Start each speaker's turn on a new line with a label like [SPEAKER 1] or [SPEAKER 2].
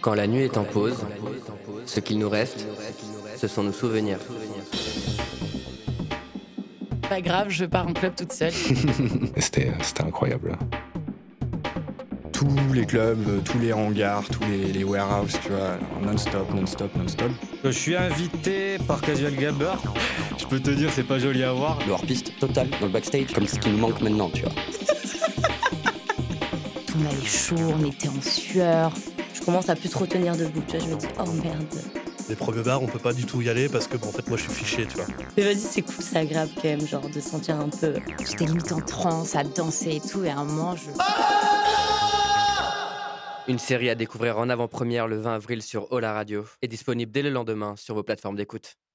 [SPEAKER 1] Quand la nuit est en pause, ce qu'il nous reste, ce sont nos souvenirs.
[SPEAKER 2] Pas grave, je pars en club toute seule.
[SPEAKER 3] C'était c'était incroyable.
[SPEAKER 4] Tous les clubs, euh, tous les hangars, tous les, les warehouses, tu vois, non-stop, non-stop, non-stop.
[SPEAKER 5] Je suis invité par Casual Gabber. Je peux te dire, c'est pas joli à voir.
[SPEAKER 6] Le hors-piste total dans le backstage, comme ce qui nous manque maintenant, tu vois.
[SPEAKER 7] On allait chaud, on était en sueur. Je commence à plus trop tenir debout, tu vois, je me dis oh merde.
[SPEAKER 8] Les premiers bars, on peut pas du tout y aller parce que, bon, en fait, moi, je suis fiché, tu vois.
[SPEAKER 7] Mais vas-y, c'est cool, c'est agréable quand même, genre de sentir un peu.
[SPEAKER 9] J'étais limite en transe, à danser et tout, et à un moment, je...
[SPEAKER 1] Une série à découvrir en avant-première le 20 avril sur Ola Radio est disponible dès le lendemain sur vos plateformes d'écoute.